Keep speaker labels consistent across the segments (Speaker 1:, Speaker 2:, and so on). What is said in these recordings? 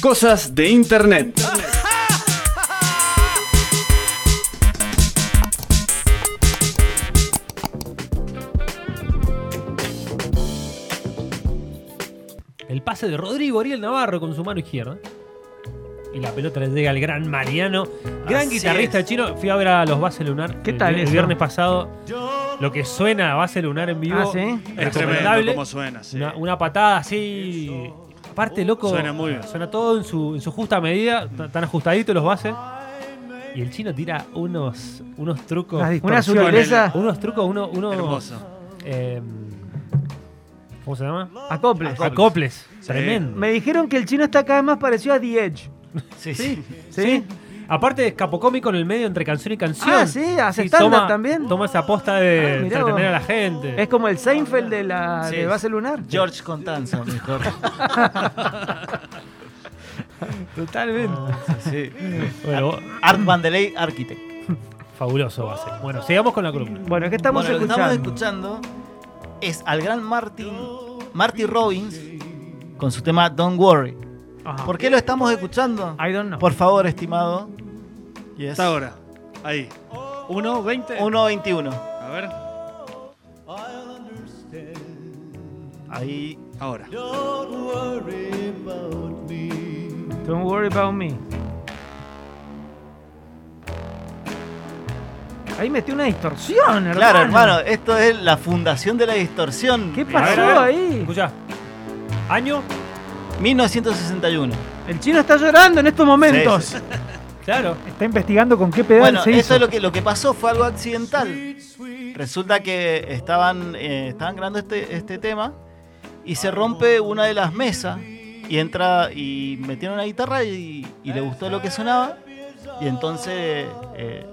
Speaker 1: cosas de Internet.
Speaker 2: El pase de Rodrigo Ariel Navarro con su mano izquierda. Y la pelota le llega al gran Mariano. Gran
Speaker 3: Así
Speaker 2: guitarrista
Speaker 3: es.
Speaker 2: chino. Fui a ver a los Base Lunar.
Speaker 3: ¿Qué
Speaker 2: el-
Speaker 3: tal
Speaker 2: El,
Speaker 3: eso?
Speaker 2: viernes pasado. Lo que suena a Base Lunar en vivo.
Speaker 3: Ah, ¿sí?
Speaker 2: Es
Speaker 4: Es tremendo
Speaker 2: recomendable.
Speaker 4: como suena, sí.
Speaker 2: Una, una patada así. Aparte, loco.
Speaker 4: Suena muy bien.
Speaker 2: Suena todo en su, en su justa medida. t- Tan ajustaditos los bases. Y el chino tira unos, unos trucos.
Speaker 3: Las
Speaker 2: Unas-
Speaker 3: distorsiones.
Speaker 4: sutileza.
Speaker 2: Unos trucos, uno, uno-
Speaker 4: Hermoso.
Speaker 2: eh, ¿Cómo se llama?
Speaker 3: Acoples.
Speaker 2: Acoples.
Speaker 4: Sí.
Speaker 2: Tremendo.
Speaker 3: Me dijeron que el chino está cada vez más parecido a The Edge.
Speaker 2: Sí, sí.
Speaker 3: ¿Sí?
Speaker 2: Aparte de cómico en el medio entre canción y canción.
Speaker 3: Ah, sí, hace stand-up
Speaker 2: toma-
Speaker 3: también.
Speaker 2: Toma esa aposta de
Speaker 3: Ah, mirá
Speaker 2: entretener a
Speaker 3: vos.
Speaker 2: la gente.
Speaker 3: Es como el Seinfeld de la
Speaker 5: Sí.
Speaker 3: de base lunar.
Speaker 5: George Contanza, mejor.
Speaker 2: Totalmente.
Speaker 5: Sí.
Speaker 2: Ah, Bueno, vos-
Speaker 5: Art Vandelay Architect.
Speaker 2: fabuloso va a ser. Bueno, sigamos con la columna.
Speaker 3: Bueno, ¿qué estamos
Speaker 5: Bueno, lo que
Speaker 3: escuchando?
Speaker 5: estamos escuchando es al gran Martin, Marty Robbins, con su tema Don't Worry.
Speaker 3: Ajá.
Speaker 5: ¿Por qué lo estamos escuchando?
Speaker 3: I don't know.
Speaker 5: Por favor, estimado. Yes.
Speaker 4: Hasta ahora. Ahí. 1.20.
Speaker 5: 1.21.
Speaker 4: A ver.
Speaker 5: Ahí.
Speaker 4: Ahora.
Speaker 3: Don't worry about me. Ahí metió una distorsión, hermano.
Speaker 5: Claro, hermano, esto es la fundación de la distorsión.
Speaker 3: ¿Qué
Speaker 2: A ver,
Speaker 3: pasó
Speaker 2: a ver.
Speaker 3: ahí?
Speaker 2: Escuchá. Año.
Speaker 5: 1961.
Speaker 3: El chino está llorando en estos momentos.
Speaker 5: Sí, sí, sí.
Speaker 2: Claro.
Speaker 6: Está investigando con qué pedal
Speaker 5: Bueno,
Speaker 6: se hizo.
Speaker 5: eso es lo que, lo que pasó fue algo accidental. Resulta que estaban, eh, estaban grabando este, este tema y se rompe una de las mesas y entra y metieron una guitarra y, y le gustó lo que sonaba y entonces eh,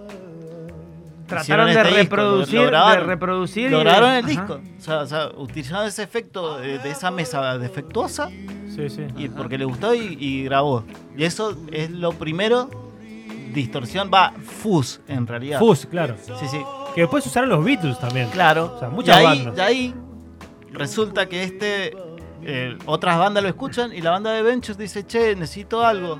Speaker 5: hicieron
Speaker 3: Trataron de
Speaker 5: este disco,
Speaker 3: reproducir,
Speaker 5: lo- lo
Speaker 3: de
Speaker 5: grabaron.
Speaker 3: reproducir y-
Speaker 5: lograron el
Speaker 3: Ajá.
Speaker 5: disco. O sea, o sea, utilizaron ese efecto de, de esa mesa defectuosa
Speaker 2: Sí, sí.
Speaker 5: y porque le gustó y, y grabó. Y eso es lo primero. Distorsión va fuzz en realidad.
Speaker 2: Fuzz, claro.
Speaker 5: Sí, sí.
Speaker 2: Que después usaron los Beatles también.
Speaker 5: Claro.
Speaker 2: O sea, muchas
Speaker 5: y ahí,
Speaker 2: bandas.
Speaker 5: y ahí resulta que este. eh, otras bandas lo escuchan y la banda de Ventures dice: Che, necesito algo.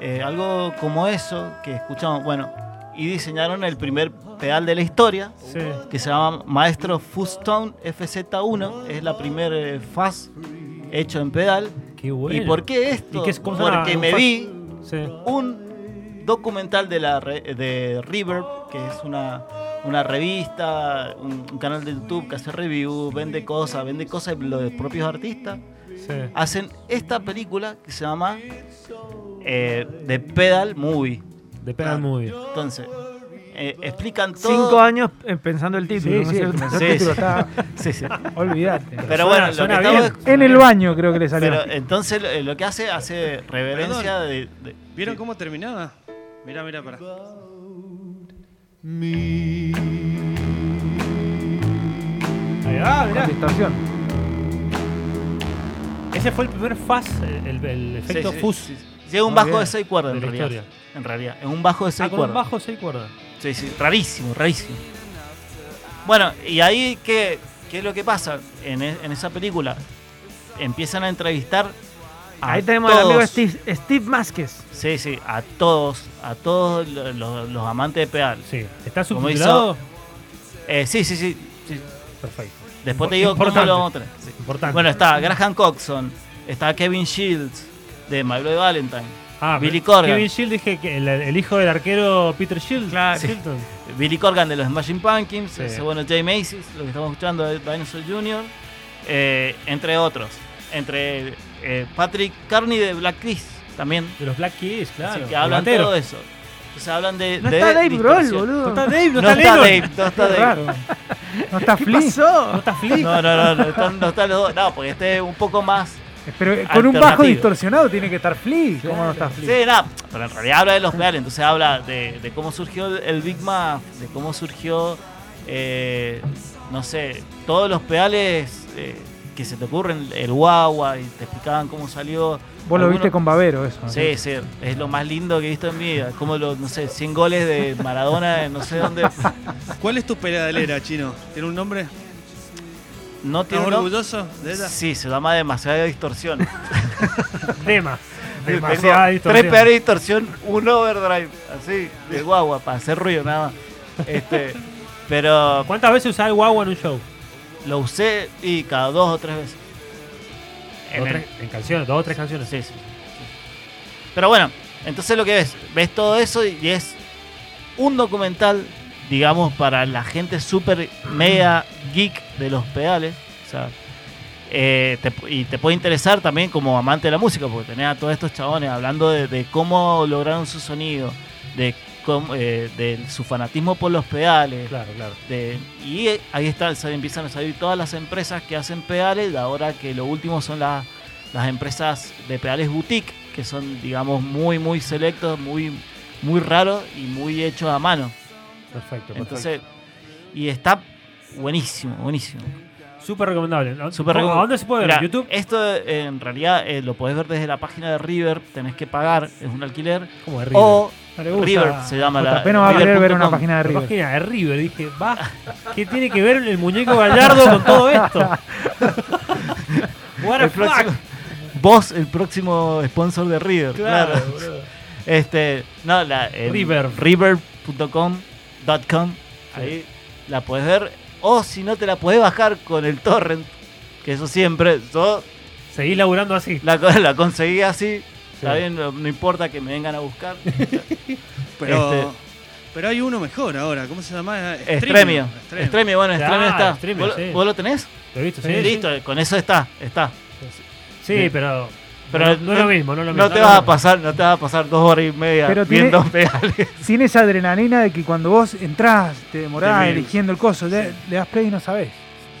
Speaker 5: eh, algo como eso que escuchamos. Bueno, y diseñaron el primer pedal de la historia
Speaker 2: Sí.
Speaker 5: que se llama Maestro Fuzztone FZ1. Es la primer eh, fuzz hecho en pedal.
Speaker 2: Qué bueno.
Speaker 5: ¿Y por qué esto?
Speaker 2: ¿Y qué es- cómo se llama?
Speaker 5: Porque
Speaker 2: ¿Un
Speaker 5: me
Speaker 2: fuzz?
Speaker 5: vi
Speaker 2: Sí.
Speaker 5: un documental de la re- de Reverb, que es una, una revista, un, un canal de YouTube que hace review, vende cosas, vende cosas de los propios artistas,
Speaker 2: Sí.
Speaker 5: hacen esta película que se llama eh, The Pedal Movie.
Speaker 2: De Pedal Movie.
Speaker 5: Entonces, eh, explican todo.
Speaker 3: Cinco años eh, pensando el título.
Speaker 6: Sí,
Speaker 3: ¿no es
Speaker 6: sí,
Speaker 3: cierto?
Speaker 6: pensó
Speaker 5: Sí,
Speaker 6: el título,
Speaker 5: sí.
Speaker 6: está-
Speaker 5: Sí, sí.
Speaker 6: Olvídate.
Speaker 5: Pero
Speaker 2: Suena-
Speaker 5: bueno, lo
Speaker 2: suena
Speaker 5: que
Speaker 2: bien.
Speaker 5: estamos-
Speaker 6: En el baño creo que le salió.
Speaker 5: Pero entonces lo- lo que hace, hace reverencia de, de-
Speaker 4: ¿Vieron cómo terminaba? Mirá, mirá, pará.
Speaker 2: Ahí va, mirá.
Speaker 6: Con distorsión.
Speaker 2: Ese fue el primer fuzz, el, el efecto
Speaker 5: Sí, sí,
Speaker 2: fuzz.
Speaker 5: sí, sí. Llega un
Speaker 2: Muy
Speaker 5: bajo
Speaker 2: Ah, bien.
Speaker 5: de seis cuerdas en
Speaker 2: De la
Speaker 5: realidad.
Speaker 2: historia.
Speaker 5: En realidad, es un bajo de
Speaker 2: Ah,
Speaker 5: seis
Speaker 2: con un
Speaker 5: cuerdas.
Speaker 2: bajo seis cuerdas.
Speaker 5: Sí, sí, rarísimo, rarísimo. Bueno, y ahí, ¿qué, qué es lo que pasa en, e- en esa película? Empiezan a entrevistar a
Speaker 3: Ahí tenemos al
Speaker 5: todos.
Speaker 3: amigo Steve, Steve Másquez.
Speaker 5: Sí, sí, a todos, a todos lo- lo- los amantes de pedal.
Speaker 2: Sí. ¿Está
Speaker 5: Como
Speaker 2: subtitulado?
Speaker 5: Eh, sí, sí, sí, sí.
Speaker 2: Perfecto.
Speaker 5: Después te
Speaker 2: Impor-
Speaker 5: digo cómo
Speaker 2: importante.
Speaker 5: lo vamos a tener. Sí.
Speaker 2: Importante.
Speaker 5: Bueno, está Graham Coxon, está Kevin Shields de My Bloody Valentine,
Speaker 2: ah,
Speaker 5: Billy Corgan.
Speaker 2: Kevin Shield dije que el, el hijo del arquero Peter Shield.
Speaker 3: Claro.
Speaker 2: Shilton.
Speaker 5: Billy Corgan de los Smashing Pumpkins,
Speaker 2: Sí.
Speaker 5: ese bueno Jay Macy's, lo que estamos escuchando de Dinosaur Jr., eh, entre otros. Entre eh, Patrick Carney de Black Keys también.
Speaker 2: De los Black Keys, claro.
Speaker 5: así que
Speaker 2: El
Speaker 5: hablan
Speaker 2: batero.
Speaker 5: todo eso. Entonces hablan de.
Speaker 3: No
Speaker 5: de
Speaker 3: está Dave Grohl,
Speaker 5: distorsión.
Speaker 3: boludo.
Speaker 2: No está Dave, no,
Speaker 5: No
Speaker 2: está
Speaker 5: está
Speaker 2: Lennon.
Speaker 5: Dave, no está
Speaker 6: Qué
Speaker 5: Dave.
Speaker 6: raro. No está
Speaker 3: ¿Qué
Speaker 6: Flea.
Speaker 2: No
Speaker 3: pasó?
Speaker 2: está Flea.
Speaker 5: No, no, no, no, están- no están los dos. No, porque este es un poco más.
Speaker 6: Pero eh, con un bajo
Speaker 5: Alternativo.
Speaker 6: distorsionado tiene que estar Flea. ¿Cómo no está Flea?
Speaker 5: Sí, nada, pero en realidad habla de los pedales, entonces habla de, de cómo surgió el- el Big Muff, de cómo surgió, eh, no sé, todos los pedales eh, que se te ocurren, el guagua, y te explicaban cómo salió.
Speaker 6: Vos lo
Speaker 5: Algunos-
Speaker 6: viste con Babero eso. ¿no?
Speaker 5: Sí, sí, es lo más lindo que he visto en mi vida. Como los, no sé, 100 goles de Maradona, en no sé dónde.
Speaker 4: ¿Cuál es tu pedalera, chino? ¿Tiene un nombre?
Speaker 5: No
Speaker 4: ¿Estás
Speaker 5: tiene un nombre.
Speaker 4: orgulloso de ella?
Speaker 5: Sí, se llama demasiada distorsión.
Speaker 2: Tema.
Speaker 5: Tengo
Speaker 7: Demasiada distorsión.
Speaker 5: Tres pedales de distorsión, un overdrive, así, de guagua, para hacer ruido nada más. Este, pero
Speaker 2: ¿Cuántas veces usás el guagua en un show?
Speaker 5: lo usé y cada dos o tres veces. En
Speaker 2: Dos,
Speaker 5: el-
Speaker 2: tres- en canciones, dos o tres canciones.
Speaker 5: Sí, sí. Pero bueno, entonces lo que ves, ves todo eso y es un documental, digamos, para la gente súper mega geek de los pedales. O sea, eh, te- y te puede interesar también como amante de la música, porque tenés a todos estos chabones hablando de, de cómo lograron su sonido, de, cómo- eh, de su fanatismo por los pedales,
Speaker 2: Claro, claro.
Speaker 5: de- y eh, ahí está, se empiezan a salir todas las empresas que hacen pedales, ahora que lo último son las- las empresas de pedales boutique, que son, digamos, muy, muy selectos, muy, muy raros y muy hechos a mano.
Speaker 2: Perfecto, perfecto.
Speaker 5: Entonces, y está buenísimo, buenísimo.
Speaker 2: Súper recomendable. ¿A-
Speaker 5: Súper
Speaker 2: ¿A
Speaker 5: recomendable.
Speaker 2: dónde se puede ver?
Speaker 5: Mirá,
Speaker 2: ¿En YouTube?
Speaker 5: Esto eh, en realidad eh, lo podés ver desde la página de River, tenés que pagar, es un alquiler.
Speaker 2: ¿Cómo de River?
Speaker 5: O
Speaker 6: No le gusta.
Speaker 5: River se llama la-
Speaker 6: Apenas va a querer ver una
Speaker 5: river.com.
Speaker 6: página de
Speaker 2: La
Speaker 6: River.
Speaker 2: página de River. Dije, va, ¿qué tiene que ver el muñeco Gallardo con todo esto? What a
Speaker 5: El próximo-
Speaker 2: fuck.
Speaker 5: vos el próximo sponsor de River.
Speaker 2: Claro,
Speaker 5: claro.
Speaker 2: boludo.
Speaker 5: Este, no, la en
Speaker 2: River.
Speaker 5: river.com.com ahí la puedes ver o si no te la puedes bajar con el torrent, que eso siempre yo
Speaker 2: Seguís laburando así.
Speaker 5: la, co- la conseguí así. Está
Speaker 2: Sí.
Speaker 5: bien, no, no importa que me vengan a buscar.
Speaker 4: Pero,
Speaker 5: Este-
Speaker 4: pero hay uno mejor ahora. ¿Cómo se llama?
Speaker 5: Estremio.
Speaker 4: Estremio.
Speaker 5: Estremio, bueno,
Speaker 2: Ya,
Speaker 5: Estremio está.
Speaker 2: Estremio,
Speaker 5: ¿Vos, lo-
Speaker 2: sí.
Speaker 5: vos lo tenés?
Speaker 2: ¿Lo viste? Sí,
Speaker 5: Listo, con eso está, está.
Speaker 2: Sí,
Speaker 5: Sí.
Speaker 2: pero.
Speaker 5: Pero
Speaker 2: no, no es lo mismo, no es lo mismo.
Speaker 5: No te vas a pasar, no te vas a pasar dos horas y media
Speaker 6: Pero tiene-
Speaker 5: viendo pedales.
Speaker 6: Sin esa adrenalina de que cuando vos entrás, te demorás
Speaker 4: Te vi.
Speaker 6: eligiendo el coso, le, le das play y no sabés.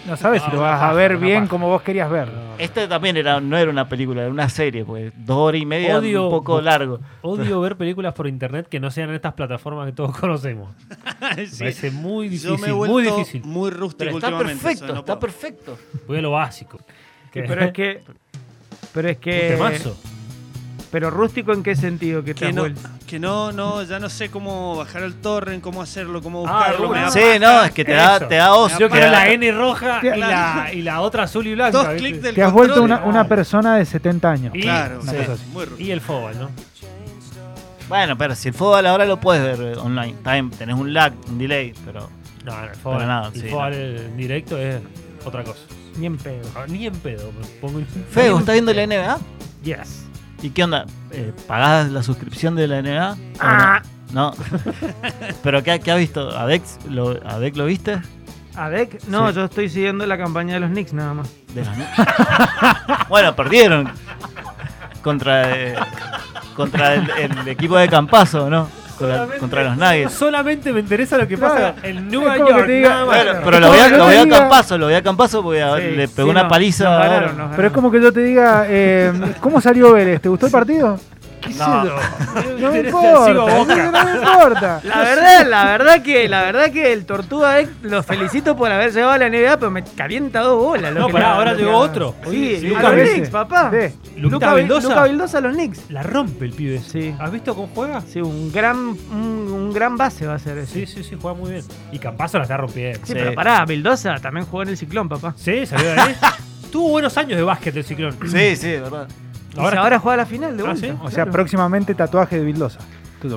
Speaker 6: No
Speaker 5: Ah,
Speaker 6: sabés si
Speaker 2: No,
Speaker 6: lo
Speaker 2: una
Speaker 6: vas a
Speaker 2: paja,
Speaker 6: ver
Speaker 2: una
Speaker 6: bien
Speaker 2: paja.
Speaker 6: como vos querías verlo.
Speaker 2: No.
Speaker 5: Este también era, no era una película, era una serie, pues dos horas y media
Speaker 2: Odio-
Speaker 5: un poco largo.
Speaker 2: Odio ver películas por internet que no sean en estas plataformas que todos conocemos. Me
Speaker 4: Sí.
Speaker 2: parece muy
Speaker 4: Yo
Speaker 2: difícil,
Speaker 4: me he
Speaker 2: muy
Speaker 4: vuelto
Speaker 2: difícil.
Speaker 4: muy rústico
Speaker 5: Pero está
Speaker 4: últimamente.
Speaker 5: perfecto,
Speaker 4: o sea, no
Speaker 5: está
Speaker 4: puedo.
Speaker 5: perfecto.
Speaker 2: Voy a lo básico. Que-
Speaker 3: Pero es que. Pero es
Speaker 2: Un
Speaker 3: que.
Speaker 2: temazo.
Speaker 3: Pero rústico en qué sentido que te
Speaker 4: Que
Speaker 3: has
Speaker 4: no,
Speaker 3: vuelto.
Speaker 4: que no, no, ya no sé cómo bajar el torrent, cómo hacerlo, cómo
Speaker 2: Ah, de
Speaker 4: buscarlo. me
Speaker 2: una.
Speaker 4: da
Speaker 5: Sí,
Speaker 4: paja.
Speaker 5: no, es que te da,
Speaker 2: Eso.
Speaker 5: te da ocio.
Speaker 2: Yo
Speaker 5: te
Speaker 2: quiero
Speaker 5: da-
Speaker 2: la N roja y la,
Speaker 4: Claro.
Speaker 2: y la otra azul y blanca.
Speaker 4: Dos
Speaker 2: ¿viste?
Speaker 4: clics del
Speaker 6: Te has vuelto
Speaker 4: control.
Speaker 6: una, una persona de 70 años.
Speaker 2: Y-
Speaker 4: Claro,
Speaker 6: Una
Speaker 4: sí,
Speaker 6: cosa así.
Speaker 4: muy rústico.
Speaker 2: Y el fóbal, ¿no?
Speaker 5: Bueno, pero si el fútbol ahora lo puedes ver eh, online. Está bien, tenés un lag, un delay, pero
Speaker 2: No, no, el fóbal,
Speaker 5: Para nada,
Speaker 2: el
Speaker 5: sí,
Speaker 2: fóbal en directo es otra cosa.
Speaker 3: Ni en pedo.
Speaker 2: Ah, Ni en pedo. me pongo-
Speaker 5: Feo, ¿estás viendo la NBA?
Speaker 3: Yes.
Speaker 5: ¿Y qué onda? Eh, ¿Pagás la suscripción de la NBA?
Speaker 3: Ah,
Speaker 5: No. ¿Pero qué, qué has visto? ¿A Dex lo, a Dex lo viste?
Speaker 3: ¿Adec? No,
Speaker 5: Sí.
Speaker 3: yo estoy siguiendo la campaña de los Knicks nada más.
Speaker 5: De la- bueno, perdieron. Contra, eh, contra el, el equipo de Campazo, ¿no? Contra, contra los Nuggets.
Speaker 2: Solamente me interesa lo que
Speaker 6: Claro.
Speaker 2: pasa en Nueva
Speaker 6: Es como que
Speaker 2: York.
Speaker 6: te diga-
Speaker 2: nada más.
Speaker 5: Bueno,
Speaker 6: Bueno,
Speaker 5: pero lo voy a,
Speaker 6: no
Speaker 5: lo voy a
Speaker 6: diga-
Speaker 5: Campazo, lo voy a Campazo porque a-
Speaker 3: Sí,
Speaker 5: le
Speaker 3: sí,
Speaker 5: pegó una
Speaker 3: no,
Speaker 5: paliza.
Speaker 3: nos
Speaker 5: ahora.
Speaker 3: ganaron, nos
Speaker 6: Pero es como que yo te diga, eh, ¿cómo salió Vélez? ¿Te gustó el partido? ¿Qué sé
Speaker 5: No.
Speaker 6: yo? No me
Speaker 2: Sigo
Speaker 6: importa.
Speaker 2: Boca.
Speaker 6: No me importa.
Speaker 3: La verdad, la verdad que, la verdad que el Tortuga Deck los felicito por haber llegado a la NBA, pero me calienta dos bolas. lo
Speaker 2: No,
Speaker 3: que
Speaker 2: pará,
Speaker 3: la-
Speaker 2: ahora
Speaker 3: lo que
Speaker 2: llegó
Speaker 3: la-
Speaker 2: otro.
Speaker 3: Sí,
Speaker 6: Sí,
Speaker 3: a
Speaker 6: Lucas
Speaker 3: los
Speaker 6: Vélez.
Speaker 3: Knicks, papá.
Speaker 6: Sí.
Speaker 2: Luca
Speaker 3: Ve-
Speaker 2: Vildosa.
Speaker 3: Luca Vildosa a los Knicks.
Speaker 2: La rompe el pibe.
Speaker 3: Sí.
Speaker 2: ¿Has visto cómo juega?
Speaker 3: Sí, un gran, un, un gran base va a ser ese.
Speaker 2: Sí, sí, sí, juega muy bien. Y Campazo la está rompiendo.
Speaker 5: Sí.
Speaker 3: Sí, pero pará, Vildosa también jugó en el Ciclón, papá.
Speaker 2: Sí, salió de ahí. Tuvo buenos años de básquet el ciclón.
Speaker 5: Sí, sí, de verdad.
Speaker 3: Y si
Speaker 2: Ahora-
Speaker 3: Ahora, juega la final de
Speaker 2: Ah,
Speaker 3: vuelta.
Speaker 2: ¿sí?
Speaker 6: O sea,
Speaker 3: claro.
Speaker 6: próximamente tatuaje de Vildosa.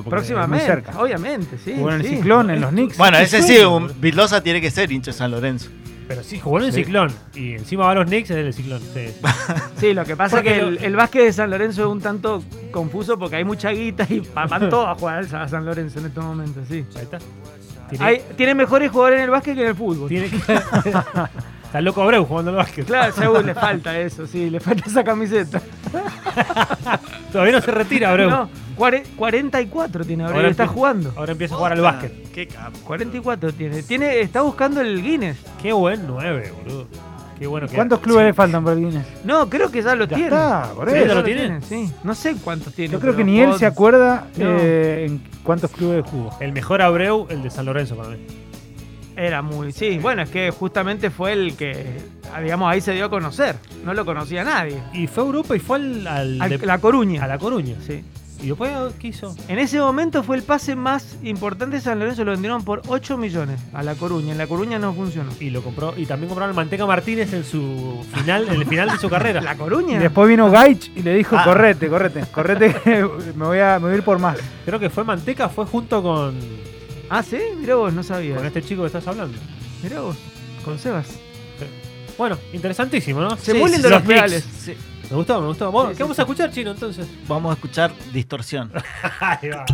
Speaker 3: próximamente.
Speaker 6: Muy cerca.
Speaker 3: Obviamente, sí.
Speaker 6: Jugó en el
Speaker 3: sí.
Speaker 6: Ciclón, en los Knicks.
Speaker 5: Bueno, ese sí,
Speaker 2: sueño,
Speaker 5: un
Speaker 2: boludo.
Speaker 5: Vildosa tiene que ser hincha de San Lorenzo.
Speaker 2: Pero sí, jugó en el
Speaker 5: Sí.
Speaker 2: ciclón. Y encima va a los Knicks es del ciclón. Sí.
Speaker 3: Sí, lo que pasa es
Speaker 2: Porque
Speaker 3: que el,
Speaker 2: lo-
Speaker 3: el básquet de San Lorenzo es un tanto confuso porque hay mucha guita y pa- van todos a jugar a San Lorenzo en estos momentos, sí.
Speaker 2: Ahí está. Tiene,
Speaker 3: Hay, tiene mejores jugadores en el básquet que en el fútbol.
Speaker 2: tiene que- está loco Abreu jugando al básquet.
Speaker 3: Claro, según le falta eso, sí, le falta esa camiseta.
Speaker 2: Todavía no se retira Abreu.
Speaker 3: No, cuare- 44 tiene ahora,
Speaker 2: Ahora
Speaker 3: y está
Speaker 2: empieza-
Speaker 3: jugando.
Speaker 2: Ahora empieza a jugar al básquet.
Speaker 4: Qué capo.
Speaker 3: 44 tiene. tiene. Está buscando el Guinness.
Speaker 2: Qué buen 9, boludo. Qué bueno que
Speaker 6: ¿Cuántos clubes le faltan para el Guinness?
Speaker 3: No, creo que ya lo
Speaker 6: Ya
Speaker 3: tiene.
Speaker 6: está, por
Speaker 2: Sí,
Speaker 6: eso.
Speaker 2: ya lo tiene.
Speaker 3: sí. No sé cuántos tiene.
Speaker 6: Yo creo
Speaker 3: pero
Speaker 6: que ni él
Speaker 3: puedo-
Speaker 6: se acuerda
Speaker 3: No.
Speaker 6: eh, en cuántos clubes jugó.
Speaker 2: El mejor Abreu, el de San Lorenzo para mí.
Speaker 3: Era muy. Sí, bueno, es que justamente fue el que, ah, digamos, ahí se dio a conocer. No lo conocía nadie.
Speaker 2: Y fue a Europa y fue al, al
Speaker 3: Al-
Speaker 2: de-
Speaker 3: la Coruña.
Speaker 2: a La Coruña.
Speaker 3: Sí.
Speaker 2: ¿Y después qué hizo?
Speaker 3: En ese momento fue el pase más importante de San Lorenzo, lo vendieron por 8 millones a La Coruña. En La Coruña no funcionó.
Speaker 2: Y lo compró. Y también compraron Manteca Martínez en su final, en el final de su carrera.
Speaker 3: ¿La
Speaker 6: Y
Speaker 3: Coruña?
Speaker 6: después vino Gaich y le dijo,
Speaker 5: Ah.
Speaker 6: correte, correte, correte, que me voy, a, me voy a ir por más.
Speaker 2: Creo que fue Manteca, fue junto con,
Speaker 3: Ah, sí, mirá vos, no sabía.
Speaker 2: con este chico que estás hablando.
Speaker 3: Mirá vos, con Sebas.
Speaker 2: Bueno, interesantísimo, ¿no?
Speaker 3: Se
Speaker 5: Sí,
Speaker 3: vuelven
Speaker 5: sí,
Speaker 3: de
Speaker 2: los
Speaker 3: los pedales.
Speaker 5: Sí.
Speaker 2: Me gustó, me gustó. Bueno,
Speaker 3: Sí,
Speaker 2: ¿Qué
Speaker 3: sí,
Speaker 2: vamos a escuchar, Chino, entonces?
Speaker 5: Vamos a escuchar distorsión.
Speaker 2: Ahí va.